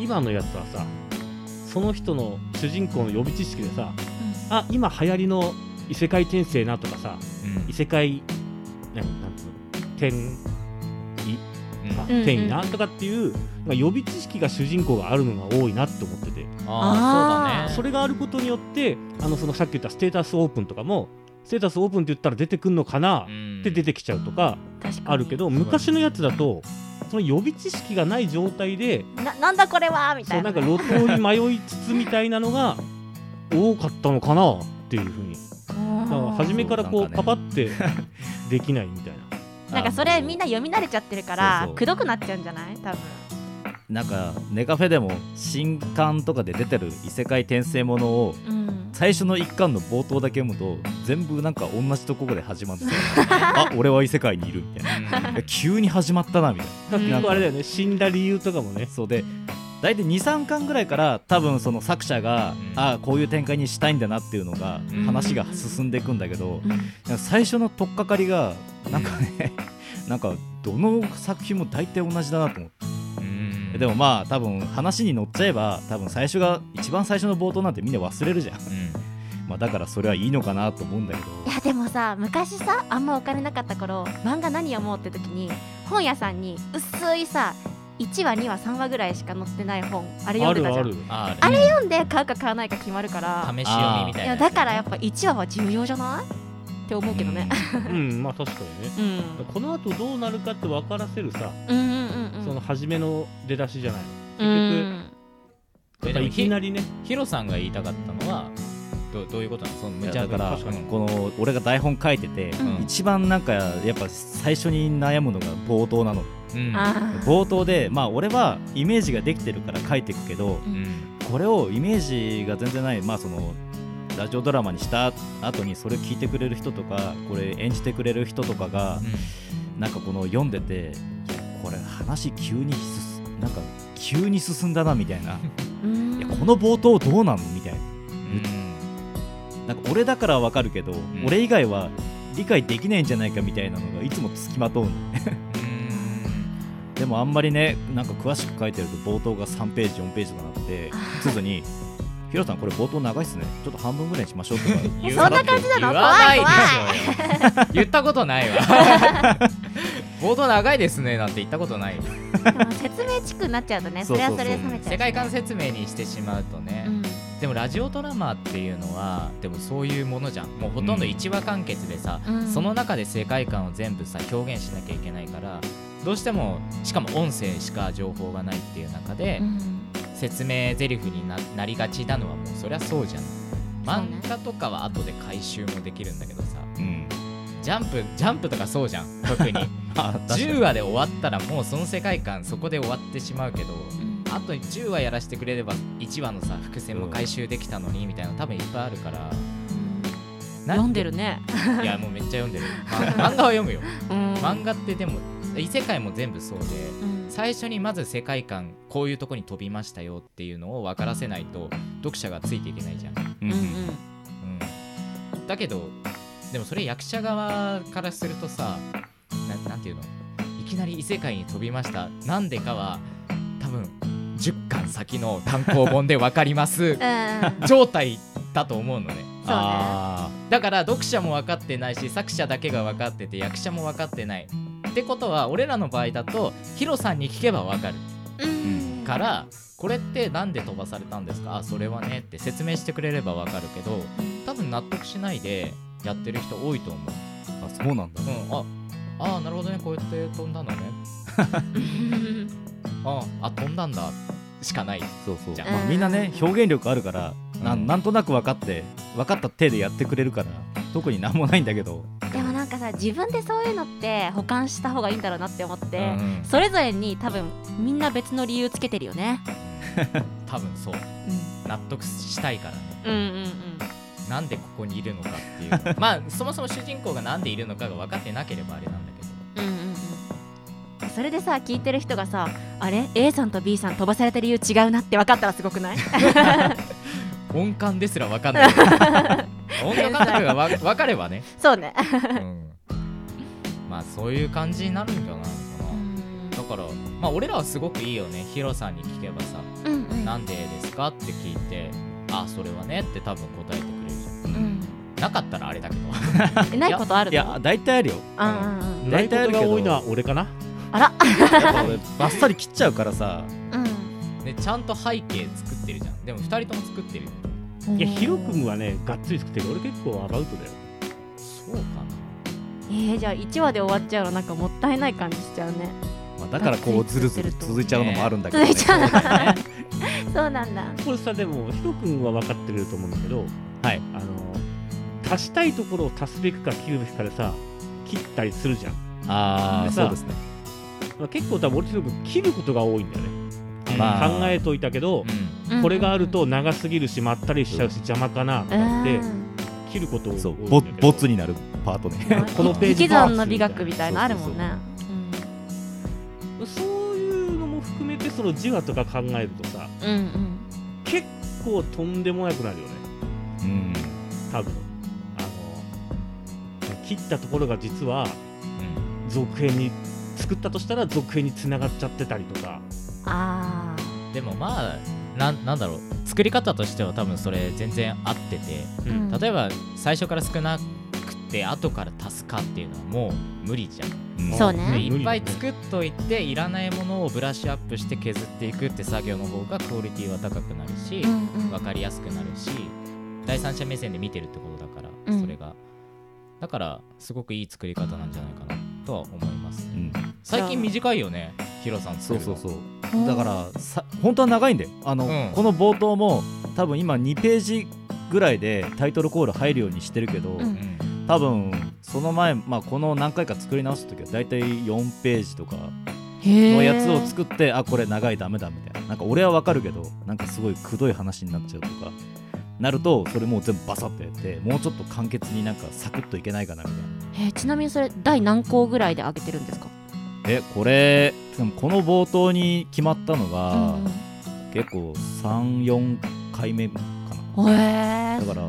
Speaker 4: 今のやつはさその人の主人公の予備知識でさ
Speaker 6: う
Speaker 4: あ今流行りの異世界転生なとかさ
Speaker 2: うん
Speaker 4: 異世界何なんつうの転あ
Speaker 6: うんうん
Speaker 4: 転移なとかっていうなんか予備知識が主人公があるのが多いなって思ってて
Speaker 2: ああ
Speaker 6: あー
Speaker 2: そ
Speaker 4: そ
Speaker 2: だね
Speaker 4: うれがあることによってあのそのさっき言ったステータスオープンとかもステータスオープンって言ったら出てくんのかな
Speaker 2: うん
Speaker 4: って出てきちゃうとか
Speaker 6: ん確かに
Speaker 4: あるけど昔のやつだとその予備知識がない状態で
Speaker 6: ななんだこれはみた
Speaker 4: そう
Speaker 6: い
Speaker 4: な
Speaker 6: なん
Speaker 4: か路頭に迷いつつみたいなのが多かったのかなっていうふ
Speaker 5: (laughs)
Speaker 4: うにだから初めからこ
Speaker 5: そううな
Speaker 4: パ
Speaker 5: ん
Speaker 4: パ
Speaker 5: か
Speaker 4: ってできないみた
Speaker 5: (laughs)
Speaker 4: いな。
Speaker 6: なんかそれみんな読み慣れちゃってるから
Speaker 5: そうそう
Speaker 6: くどくなっちゃうんじゃない多分
Speaker 5: なんかネカフェでも新刊とかで出てる異世界転生ものを
Speaker 6: うん
Speaker 5: 最初の一巻の冒頭だけ読むと全部なんか同じとこで始まって
Speaker 6: (laughs)
Speaker 5: あ俺は異世界にいるみたいな
Speaker 2: うん
Speaker 5: いや急に始まったなみたい
Speaker 4: 結
Speaker 6: うん
Speaker 4: 構あれだよね死んだ理由とかもね
Speaker 5: なそうで大体23巻ぐらいから多分その作者が、ああこういう展開にしたいんだなっていうのが、
Speaker 2: うん
Speaker 5: 話が進んでいくんだけど、なんか最初の取っかかりがなんかね、なんかどの作品も大体同じだなと思って。
Speaker 4: (laughs)
Speaker 5: でもまあ多分話に乗っちゃえば多分最初が一番最初の冒頭なんてみんな忘れるじゃん、 (laughs) まあだからそれはいいのかなと思うんだけど
Speaker 10: いやでもさ昔さあんまお金なかった頃漫画何読もうって時に本屋さんに薄いさ1話2話3話ぐらいしか載ってない本あれ読んでたじゃんあ
Speaker 4: る
Speaker 9: ある
Speaker 10: れ読んで買うか買わないか決まるから
Speaker 9: 試し読みみたいなや
Speaker 10: や
Speaker 9: つ
Speaker 10: だからやっぱ1話は重要じゃないって思うけどね、
Speaker 4: うんまあ確かにね、この後どうなるかって分からせるさ、
Speaker 10: うん、うんうん
Speaker 4: その初めの出だしじゃない
Speaker 10: うん
Speaker 4: 結局やっぱいきなりね
Speaker 2: ヒロさんが言いたかったのはどどういうことなのその
Speaker 5: い
Speaker 2: 無
Speaker 5: や
Speaker 2: 茶
Speaker 5: だ
Speaker 2: ぶ
Speaker 5: か
Speaker 2: り
Speaker 5: ら
Speaker 2: うん
Speaker 5: この俺が台本書いてて、
Speaker 2: うん
Speaker 5: 一番なんかやっぱ最初に悩むのが冒頭なの、
Speaker 2: うん
Speaker 10: あ
Speaker 5: 冒頭でまあ俺はイメージができてるから書いていくけど、これをイメージが全然ないまあそのラジオドラマにした後にそれ聞いてくれる人とかこれ演じてくれる人とかが、なんかこの読んでていやこれ話急に進なんか急に進んだなみたいな。
Speaker 10: うん
Speaker 5: いやこの冒頭どうなのみたいな、なんか俺だからわかるけど、俺以外は理解できないんじゃないかみたいなのがいつもつきまとうのでもあんまりねなんか詳しく書いてると冒頭が3ページ4ページとかなってすずに「ヒロさんこれ冒頭長いっすねちょっと半分ぐらいにしましょう」とか
Speaker 2: 言うそんな感じなの言わないでしょうよ言ったことないわ冒頭長いですねなんて言ったことない
Speaker 10: でも説明チックになっちゃうとねそれはそれで冷めちゃう
Speaker 2: 世界観説明にしてしまうとね、でもラジオドラマっていうのはでもそういうものじゃんもうほとんど1話完結でさ、
Speaker 9: うん
Speaker 2: その中で世界観を全部さ表現しなきゃいけないからどうしてもしかも音声しか情報がないっていう中で、説明台詞にななりがちなのはもうそりゃそうじゃん漫画とかは後で回収もできるんだけどさ、ジャンプジャンプとかそうじゃん特に10話で終わったらもうその世界観そこで終わってしまうけど、あと10話やらせてくれれば1話のさ伏線も回収できたのにみたいな多分いっぱいあるから、
Speaker 10: 読んでるね
Speaker 2: いやもうめっちゃ読んでるま漫画は読むよ、
Speaker 10: うん
Speaker 2: 漫画ってでも異世界も全部そうで、最初にまず世界観こういうとこに飛びましたよっていうのを分からせないと読者がついていけないじゃん、
Speaker 5: うんうん
Speaker 2: うんだけどでもそれ役者側からするとさななんていうのいきなり異世界に飛びましたなんでかは多分10巻先の単行本で分かります
Speaker 10: ん
Speaker 2: 状態だと思うのね
Speaker 5: あ
Speaker 2: だから読者も分かってないし作者だけが分かってて役者も分かってないってことは俺らの場合だとヒロさんに聞けば分かる (laughs) からこれってなんで飛ばされたんですかあそれはねって説明してくれれば分かるけど多分納得しないでやってる人多いと思う
Speaker 5: あそうなんだ、
Speaker 2: うん、ああーなるほどねこうやって飛んだのねああ飛んだんだしかない
Speaker 5: そうそう
Speaker 2: じゃん
Speaker 5: まあ、みんなね表現力あるからなんなんとなく分かって分かった手でやってくれるから特になんもないんだけど
Speaker 10: でもなんかさ自分でそういうのって保管した方がいいんだろうなって思って、
Speaker 5: うんうん
Speaker 10: それぞれに多分みんな別の理由つけてるよね
Speaker 2: 多分そう、納得したいからね
Speaker 10: うんうん
Speaker 2: なんでここにいるのかっていう (laughs) まあそもそも主人公がなんでいるのかが分かってなければあれなんだけど
Speaker 10: うんうんうんうんそれでさ聞いてる人がさあれ A さんと B さん飛ばされてる理由違うなって分かったらすごくない
Speaker 2: 音感ですら分かんない音感覚がわ分かればね
Speaker 10: (laughs) そうね
Speaker 2: まあそういう感じになるんじゃないのかなだからまあ俺らはすごくいいよねヒロさんに聞けばさ「
Speaker 10: うんうん
Speaker 2: なんでですか?」って聞いて「あそれはね」って多分答えてくれるじゃん、なかったらあれだけど
Speaker 10: ないことあるの
Speaker 2: いや
Speaker 5: 大体あるよ
Speaker 10: うんうんうん
Speaker 5: 大体あるけど多いの
Speaker 2: (laughs)
Speaker 4: は俺かな
Speaker 10: あら
Speaker 5: やっぱ俺バッサリ切っちゃうからさ
Speaker 2: でちゃんと背景作ってるじゃんでも2人とも作ってるよ
Speaker 4: いやヒロ君はねがっつり作ってる俺結構アバウトだよ
Speaker 2: そうかな
Speaker 10: えー、じゃあ1話で終わっちゃうのなんかもったいない感じしちゃうね
Speaker 5: まあ、だからこうずるずる続いちゃうのもあるんだけど、
Speaker 10: 続いちゃうの
Speaker 5: ね
Speaker 10: かなそうなんだ
Speaker 4: これさでもヒロ君は分かってると思うんだけど、
Speaker 5: はい、
Speaker 4: あの足したいところを足すべきか切るべきかでさ切ったりするじゃん
Speaker 5: あー
Speaker 4: さ
Speaker 5: そうですね
Speaker 4: まあ結構多分俺ヒロ君切ることが多いんだよね、
Speaker 5: まあ
Speaker 4: 考えといたけど、これがあると長すぎるしまったりしちゃうし邪魔かなと思って、切ることを
Speaker 5: そうボボツになるパートね
Speaker 4: このページ
Speaker 10: 引き算の美学みたいなのあるもんね
Speaker 4: そういうのも含めてさその自我とか考えるとさ、
Speaker 10: うんうん
Speaker 4: 結構とんでもなくなるよね
Speaker 5: うん
Speaker 4: 多分あの切ったところが実は続編に作ったとしたら続編に繋がっちゃってたりとか
Speaker 10: ああ
Speaker 2: でもまあななんだろう作り方としては多分それ全然合ってて、
Speaker 4: うん
Speaker 2: 例えば最初から少なくて後から足すかっていうのはもう無理じゃん
Speaker 10: そうね
Speaker 2: でいっぱい作っといていらないものをブラッシュアップして削っていくって作業の方がクオリティは高くなるし、
Speaker 10: うんうん
Speaker 2: 分かりやすくなるし第三者目線で見てるってことだから、
Speaker 10: うん
Speaker 2: それがだからすごくいい作り方なんじゃないかなとは思います、最近短いよねヒロさん
Speaker 5: そうそうそう
Speaker 2: うん
Speaker 5: だからさ本当は長いんだよあの、
Speaker 2: うん
Speaker 5: この冒頭も多分今2ページぐらいでタイトルコール入るようにしてるけど、
Speaker 2: ん
Speaker 5: 多分その前、まあ、この何回か作り直す時は大体4ページとか
Speaker 11: へー
Speaker 5: のやつを作ってあこれ長いダメだみたいななんか俺はわかるけどなんかすごいくどい話になっちゃうとかなるとそれもう全部バサッとやってもうちょっと簡潔になんかサクッといけないかなみたいな。
Speaker 10: えーちなみにそれ第何項ぐらいで上げてるんですか
Speaker 5: えこれでもこの冒頭に決まったのが、結構34回目かな、
Speaker 10: へー
Speaker 5: だから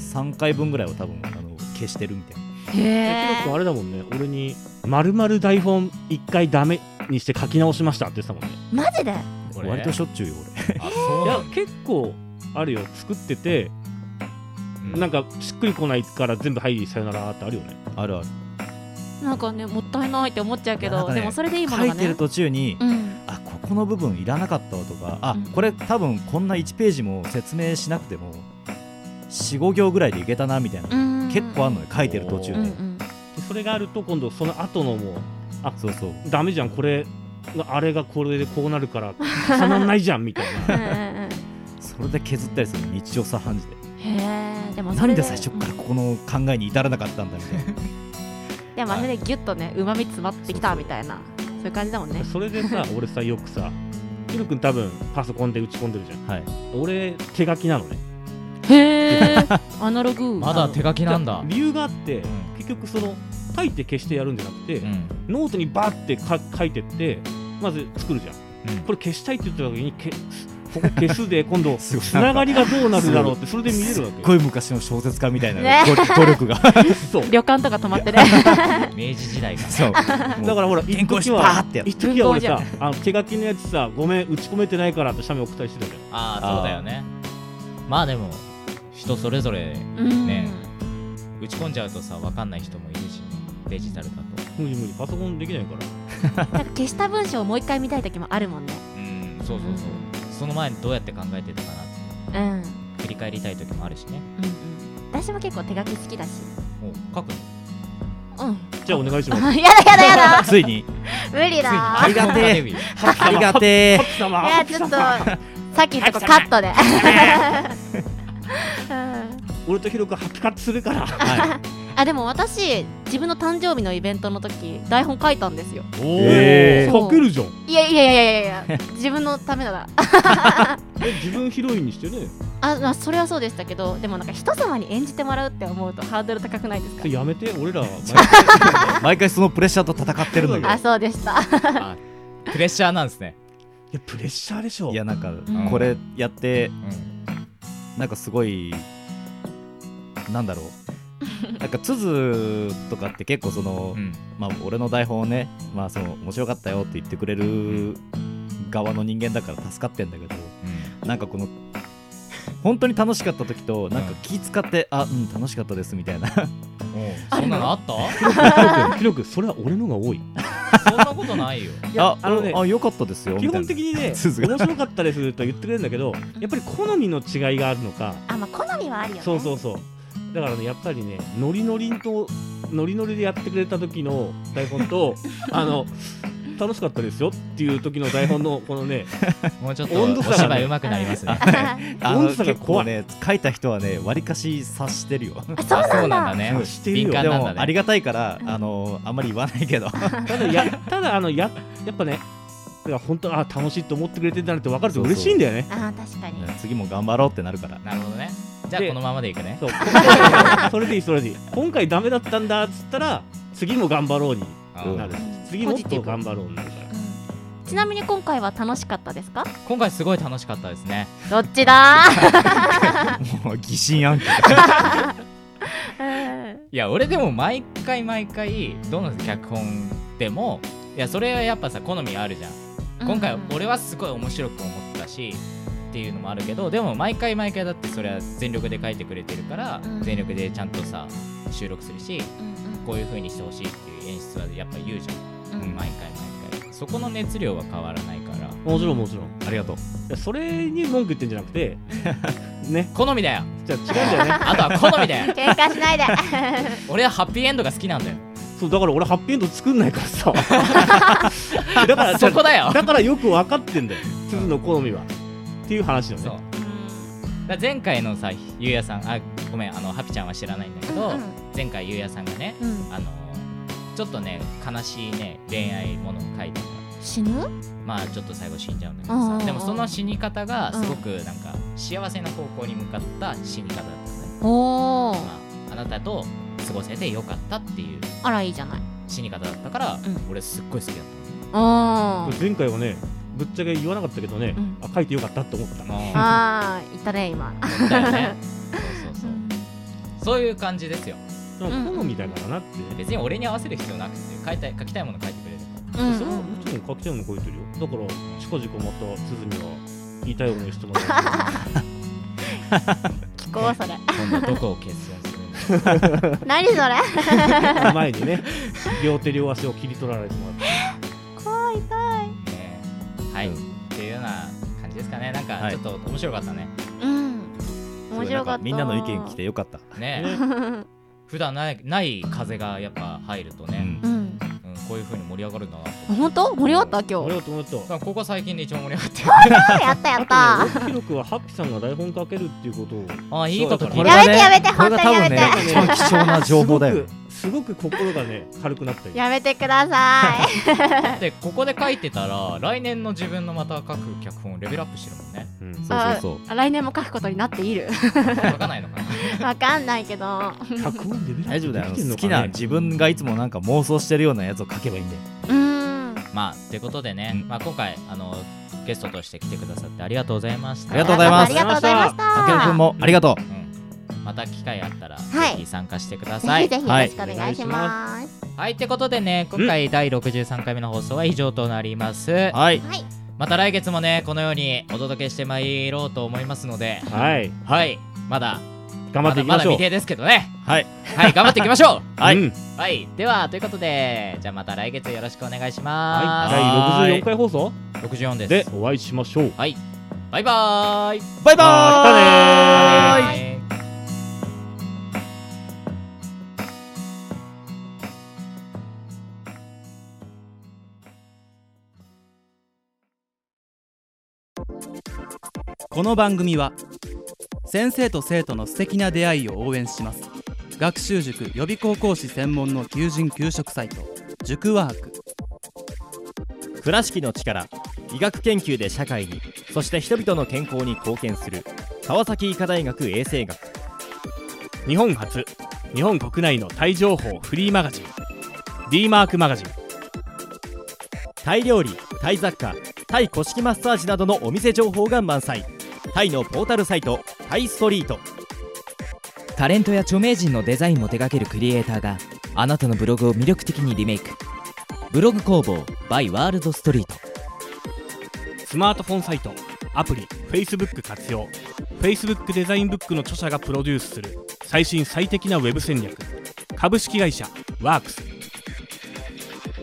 Speaker 5: 3回分ぐらいは多分あの消してるみたいな
Speaker 4: えヒロ君あれだもんね俺に「まるまる台本一回ダメにして書き直しました」って言ってたもんね
Speaker 10: マジで
Speaker 2: 俺
Speaker 4: 割としょっちゅうよ
Speaker 5: (laughs)
Speaker 4: 俺
Speaker 2: あ
Speaker 4: いや結構あるよ作ってて、なんかしっくりこないから全部「はいさよなら」ってあるよね
Speaker 5: あるある
Speaker 10: なんかねもったいないって思っちゃうけ
Speaker 5: なん
Speaker 10: ど、
Speaker 5: かね
Speaker 10: でもそれでいいものが
Speaker 5: 書いて
Speaker 10: ね
Speaker 5: る途中に、
Speaker 10: うん
Speaker 5: あここの部分いらなかったわとかあ、これ多分こんな1ページも説明しなくても45行ぐらいでいけたなみたいな、
Speaker 4: うん
Speaker 5: 結構あるのよ書いてる途中で、
Speaker 4: でそれがあると今度その後のもうあ
Speaker 5: そうそう
Speaker 4: ダメじゃんこれあれがこれでこうなるから重なんないじゃんみたいな (laughs)
Speaker 5: それで削ったりするの日常茶飯事で
Speaker 10: へえでもそ
Speaker 5: な
Speaker 10: れ
Speaker 5: ん
Speaker 10: で
Speaker 5: で最初からここの考えに至らなかったんだみたいな
Speaker 10: でもあれでギュッとねうまみ詰まってきたみたいなそういう感じだもんね
Speaker 4: それでさ俺さよくさひろ君多分パソコンで打ち込んでるじゃん、俺手書きなのね
Speaker 10: へえアナロ
Speaker 5: (laughs)
Speaker 10: グ
Speaker 4: じゃあ理由があって、結局その書いて消してやるんじゃなくて、ノートにバーってか書いてってまず作るじゃん、これ消したいって言った時にけ (laughs) ここ消 (laughs) すで今度つながりがどうなるだろうってそれで見えるわ
Speaker 5: す
Speaker 4: け
Speaker 5: っごい昔の小説家みたいな、
Speaker 10: ね
Speaker 5: 努 (laughs) 力努力が
Speaker 10: 旅館とか泊まってね
Speaker 2: 明治時代が
Speaker 4: (laughs)
Speaker 5: そう
Speaker 4: だからほら一時
Speaker 5: パー
Speaker 4: は
Speaker 5: ってやっ
Speaker 4: 一時は俺
Speaker 2: 文
Speaker 4: さ
Speaker 2: 庫じ
Speaker 4: あの手書きのやつさごめん打ち込めてないからって写メ送ったりしてたじゃん
Speaker 2: ああそうだよねまあでも人それぞれ
Speaker 10: (laughs)
Speaker 4: うん
Speaker 2: ね打ち込んじゃうとさ分かんない人もいるしねデジタルだと
Speaker 4: 無理無理パソコンできないから
Speaker 10: なんか消した文章をもう一回見たい時もあるもんね
Speaker 2: うんそうそうそうその前にどうやって考えてたか
Speaker 10: う
Speaker 2: なっ
Speaker 10: ん
Speaker 2: て振り返りたい時もあるしね
Speaker 10: 私も結構手書き好きだし
Speaker 2: もう書くの
Speaker 10: うん
Speaker 4: じゃあお願いしま
Speaker 10: (laughs)
Speaker 4: す
Speaker 10: やだやだや
Speaker 4: (laughs)
Speaker 10: だ
Speaker 5: ついに
Speaker 10: 無理だ
Speaker 5: ありがてえありがてえ
Speaker 10: いやちょっ
Speaker 4: (laughs)
Speaker 10: とさっきのとこカットで (laughs) うん
Speaker 4: 俺とヒロ君ハピカッす
Speaker 10: (laughs)
Speaker 4: るから、
Speaker 10: あでも私自分の誕生日のイベントの時台本書いたんですよ
Speaker 4: お
Speaker 10: えー
Speaker 4: 書けるじゃん
Speaker 10: いやいやいやいやい
Speaker 4: (laughs)
Speaker 10: やいや自分のためなら
Speaker 4: え自分ヒロインにしてね
Speaker 10: あまあそれはそうでしたけどでもなんか人様に演じてもらうって思うとハードル高くないですか
Speaker 4: それやめて俺らは
Speaker 5: 毎回そのプレッシャーと戦ってるんだけど
Speaker 10: あそうでした
Speaker 2: プレッシャーなんですね
Speaker 4: いやプレッシャーでしょ
Speaker 5: いやなんか
Speaker 2: ん
Speaker 5: これやって、なんかすごいなんだろうなんかつづとかって結構その、まあ俺の台本をねまあその面白かったよって言ってくれる側の人間だから助かってんだけど、なんかこの本当に楽しかった時となんか気使って、あうん楽しかったですみたいな
Speaker 2: そんなのあっ
Speaker 4: (laughs) ヒロ君それは俺のが多い
Speaker 2: た (laughs) そんなことないよ
Speaker 4: いや
Speaker 5: あ
Speaker 4: あのね
Speaker 5: あ良かったですよ
Speaker 4: 基本的にね面白かったですとは言ってくれるんだけどやっぱり好みの違いがあるのか
Speaker 10: あまあ好みはあるよね
Speaker 4: そ
Speaker 10: (laughs)
Speaker 4: うそうそうだからねやっぱりねノリノリとノリノリでやってくれた時の台本 (laughs) とあの楽しかったですよっていう時の台本のこのね
Speaker 2: もうちょ
Speaker 5: っと
Speaker 4: が
Speaker 2: お芝居上手くなりますね
Speaker 5: あ
Speaker 4: 温
Speaker 5: の
Speaker 4: 度差
Speaker 5: 結
Speaker 4: が
Speaker 5: 構
Speaker 4: 怖い
Speaker 5: ね書いた人はねわりかし察してるよ
Speaker 4: (laughs)
Speaker 5: あ
Speaker 2: そうなんだあそうなんだね
Speaker 5: してるよ
Speaker 2: 敏感なんだね
Speaker 5: でもありがたいからあのあんまり言わないけど
Speaker 4: ただやただあのややっぱねだから本当あ楽しいと思ってくれてんだなって分かると嬉しいんだよね
Speaker 10: あー確かに
Speaker 5: (laughs) 次も頑張ろうってな
Speaker 10: (laughs)
Speaker 5: るから
Speaker 2: なるほどねじゃあこのままでいくね
Speaker 4: そう (laughs) 今それでいいそれでいい今回ダメだったんだっつったら次も頑張ろうになるし次もっと頑張ろうになるから
Speaker 10: ちなみに今回は楽しかったですか
Speaker 2: 今回すごい楽しかったですね
Speaker 10: どっちだ
Speaker 2: もう疑心暗鬼いや俺でも毎回毎回どの脚本でもいやそれはやっぱさ好みあるじゃん今回俺はすごい面白く思ったしっていうのもあるけどでも毎回毎回だってそれは全力で書いてくれてるから、全力でちゃんとさ収録するし、こういう風にしてほしいっていう演出はやっぱ言うじゃん、毎回毎回そこの熱量は変わらないから
Speaker 4: もちろんもちろんありがとうそれに文句言ってんじゃなく
Speaker 8: (laughs)
Speaker 4: てね
Speaker 2: 好みだよ
Speaker 4: じゃあ違うんだよね
Speaker 2: あとは好みだよ (laughs)
Speaker 10: 喧嘩しないで
Speaker 2: 俺はハッピーエンドが好きなんだよ
Speaker 4: そうだから俺ハッピーエンド作んないから
Speaker 8: (laughs)
Speaker 4: さ
Speaker 2: (laughs)
Speaker 4: だから
Speaker 2: そこだよ
Speaker 4: だからよく分かってんだよ鈴の好みはっていう話だよね
Speaker 2: だから前回のさゆうやさんあごめんあのハピちゃんは知らないんだけど、前回ゆうやさんがね、
Speaker 10: うん
Speaker 2: あのちょっとね悲しいね恋愛ものを書いてた
Speaker 10: 死ぬ
Speaker 2: まあちょっと最後死んじゃうんだけ
Speaker 10: うんうん
Speaker 2: ど
Speaker 10: うん
Speaker 2: さでもその死に方がすごくなんか幸せな方向に向かった死に方だったね、
Speaker 10: おお
Speaker 2: まあ、あなたと過ごせてよかったっていう
Speaker 10: あらいいじゃない
Speaker 2: 死に方だったから、俺すっごい好きだっ
Speaker 10: あー
Speaker 4: 前回はねぶっちゃけ言わなかったけどね、あ書いてよかったって思った
Speaker 10: あー言ったね今
Speaker 2: ただよねそうそうそうそういう感じですよ
Speaker 4: 好みだからなって、
Speaker 2: 別に俺に合わせる必要なくて書いたい書きたいもの書いてくれる
Speaker 4: それはもちろん書きたいもの書いてるよだから近々また鈴には痛い思いしてもらう
Speaker 10: 聞こうそれ
Speaker 2: 今度どこを欠損する (laughs) の
Speaker 10: (laughs) 何それ (laughs)
Speaker 4: 前にね両手両足を切り取られてもらって
Speaker 10: 怖い痛い
Speaker 2: ねはい、っていうような感じですかねなんかちょっと面白かったね、
Speaker 10: うん面白かった
Speaker 2: みんなの意
Speaker 5: 見来てよかった
Speaker 2: ね (laughs) 普段ないない風がやっぱ入るとね、
Speaker 10: う
Speaker 2: うん
Speaker 10: ん
Speaker 2: こういう風に盛り上がるんだなと
Speaker 10: 本当盛り上がった今日
Speaker 4: ありがとうございま
Speaker 2: だからここ最近で一番盛り上がって
Speaker 10: (laughs)
Speaker 2: る
Speaker 10: やったや
Speaker 4: (laughs)
Speaker 10: った
Speaker 4: ひろくはハッピーさんが台本書けるっていうことを
Speaker 2: あいいこと聞いた
Speaker 4: そうだからこれが
Speaker 10: やめ
Speaker 4: ね
Speaker 10: てやめて本当にやめて
Speaker 4: こ
Speaker 10: (laughs)
Speaker 4: れが多分ね
Speaker 10: 一番貴重な
Speaker 5: 情報だよね
Speaker 4: すごくすごく心がね軽くなったよ
Speaker 10: やめてくださ
Speaker 2: だってここで書いてたら来年の自分のまた書く脚本をレベルアップしてるもんね、
Speaker 4: うん、
Speaker 10: いああ来年も書くことになっている
Speaker 2: 書かない (laughs) のかな
Speaker 10: わかんないけど
Speaker 5: 大丈夫だよ
Speaker 2: できて
Speaker 5: 好
Speaker 2: んのかね
Speaker 5: きな自分がいつもなんか妄想してるようなやつを書けばいいんだよ
Speaker 10: うん
Speaker 2: まあということでね、まあ今回あのゲストとして来てくださってありがとうございました
Speaker 5: ありがとうございます
Speaker 10: ありがとうございました
Speaker 5: あけるくんもありがとう
Speaker 2: また機会あったら、
Speaker 10: はい
Speaker 2: ぜひ参加してくだ
Speaker 10: ぜ
Speaker 2: さい
Speaker 10: ひぜひよろしくお願いします
Speaker 2: はい、ってことでね、今回第63回目の放送は以上となります。
Speaker 5: はい。
Speaker 2: また来月もね、このようにお届けしてまいろうと思いますので、
Speaker 4: はい。
Speaker 2: はい、まだ、
Speaker 4: 頑張っていきましょう
Speaker 2: だだ未定ですけどね。
Speaker 5: はい。
Speaker 2: はい、頑張っていきましょ
Speaker 4: (laughs)
Speaker 2: う
Speaker 5: はい、
Speaker 2: はい、では、ということで、じゃあまた来月よろしくお願いしま
Speaker 4: は
Speaker 2: す。
Speaker 4: い第64回放送
Speaker 2: 64です
Speaker 4: でお会いしましょう
Speaker 2: はいバイバーイ
Speaker 5: バイバ
Speaker 4: ーイ
Speaker 2: またねー
Speaker 1: この番組は先生と生徒の素敵な出会いを応援します学習塾予備高校師専門の求人・給食サイト塾ワーク
Speaker 11: 倉敷の力医学研究で社会にそして人々の健康に貢献する川崎医科大学衛生学
Speaker 8: 日本初日本国内のタイ情報フリーマガジン D マークマガジン
Speaker 11: タイ料理タイ雑貨タイ古式マッサージなどのお店情報が満載タイのポータルサイトタイストリート
Speaker 9: タレントや著名人のデザインも手掛けるクリエイターがあなたのブログを魅力的にリメイクブログ工房 by ワールドストリート
Speaker 8: スマートフォンサイトアプリ Facebook 活用 Facebook デザインブックの著者がプロデュースする最新最適なウェブ戦略株式会社ワークス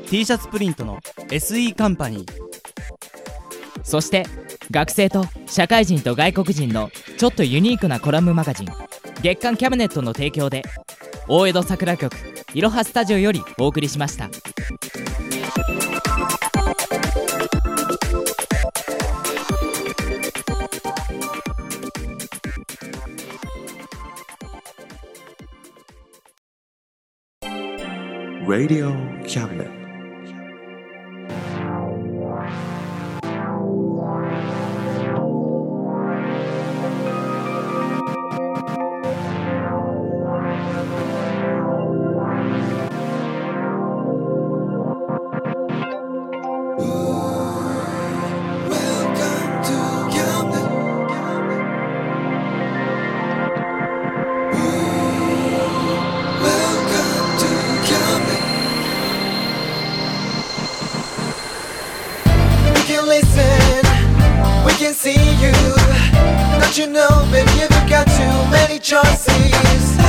Speaker 1: T シャツプリントの SE カンパニー
Speaker 9: そして学生と社会人と外国人のちょっとユニークなコラムマガジン月刊キャビネットの提供で大江戸桜局いろはスタジオよりお送りしました。
Speaker 12: Radio Cabinet. you know, baby, you've got too many choices.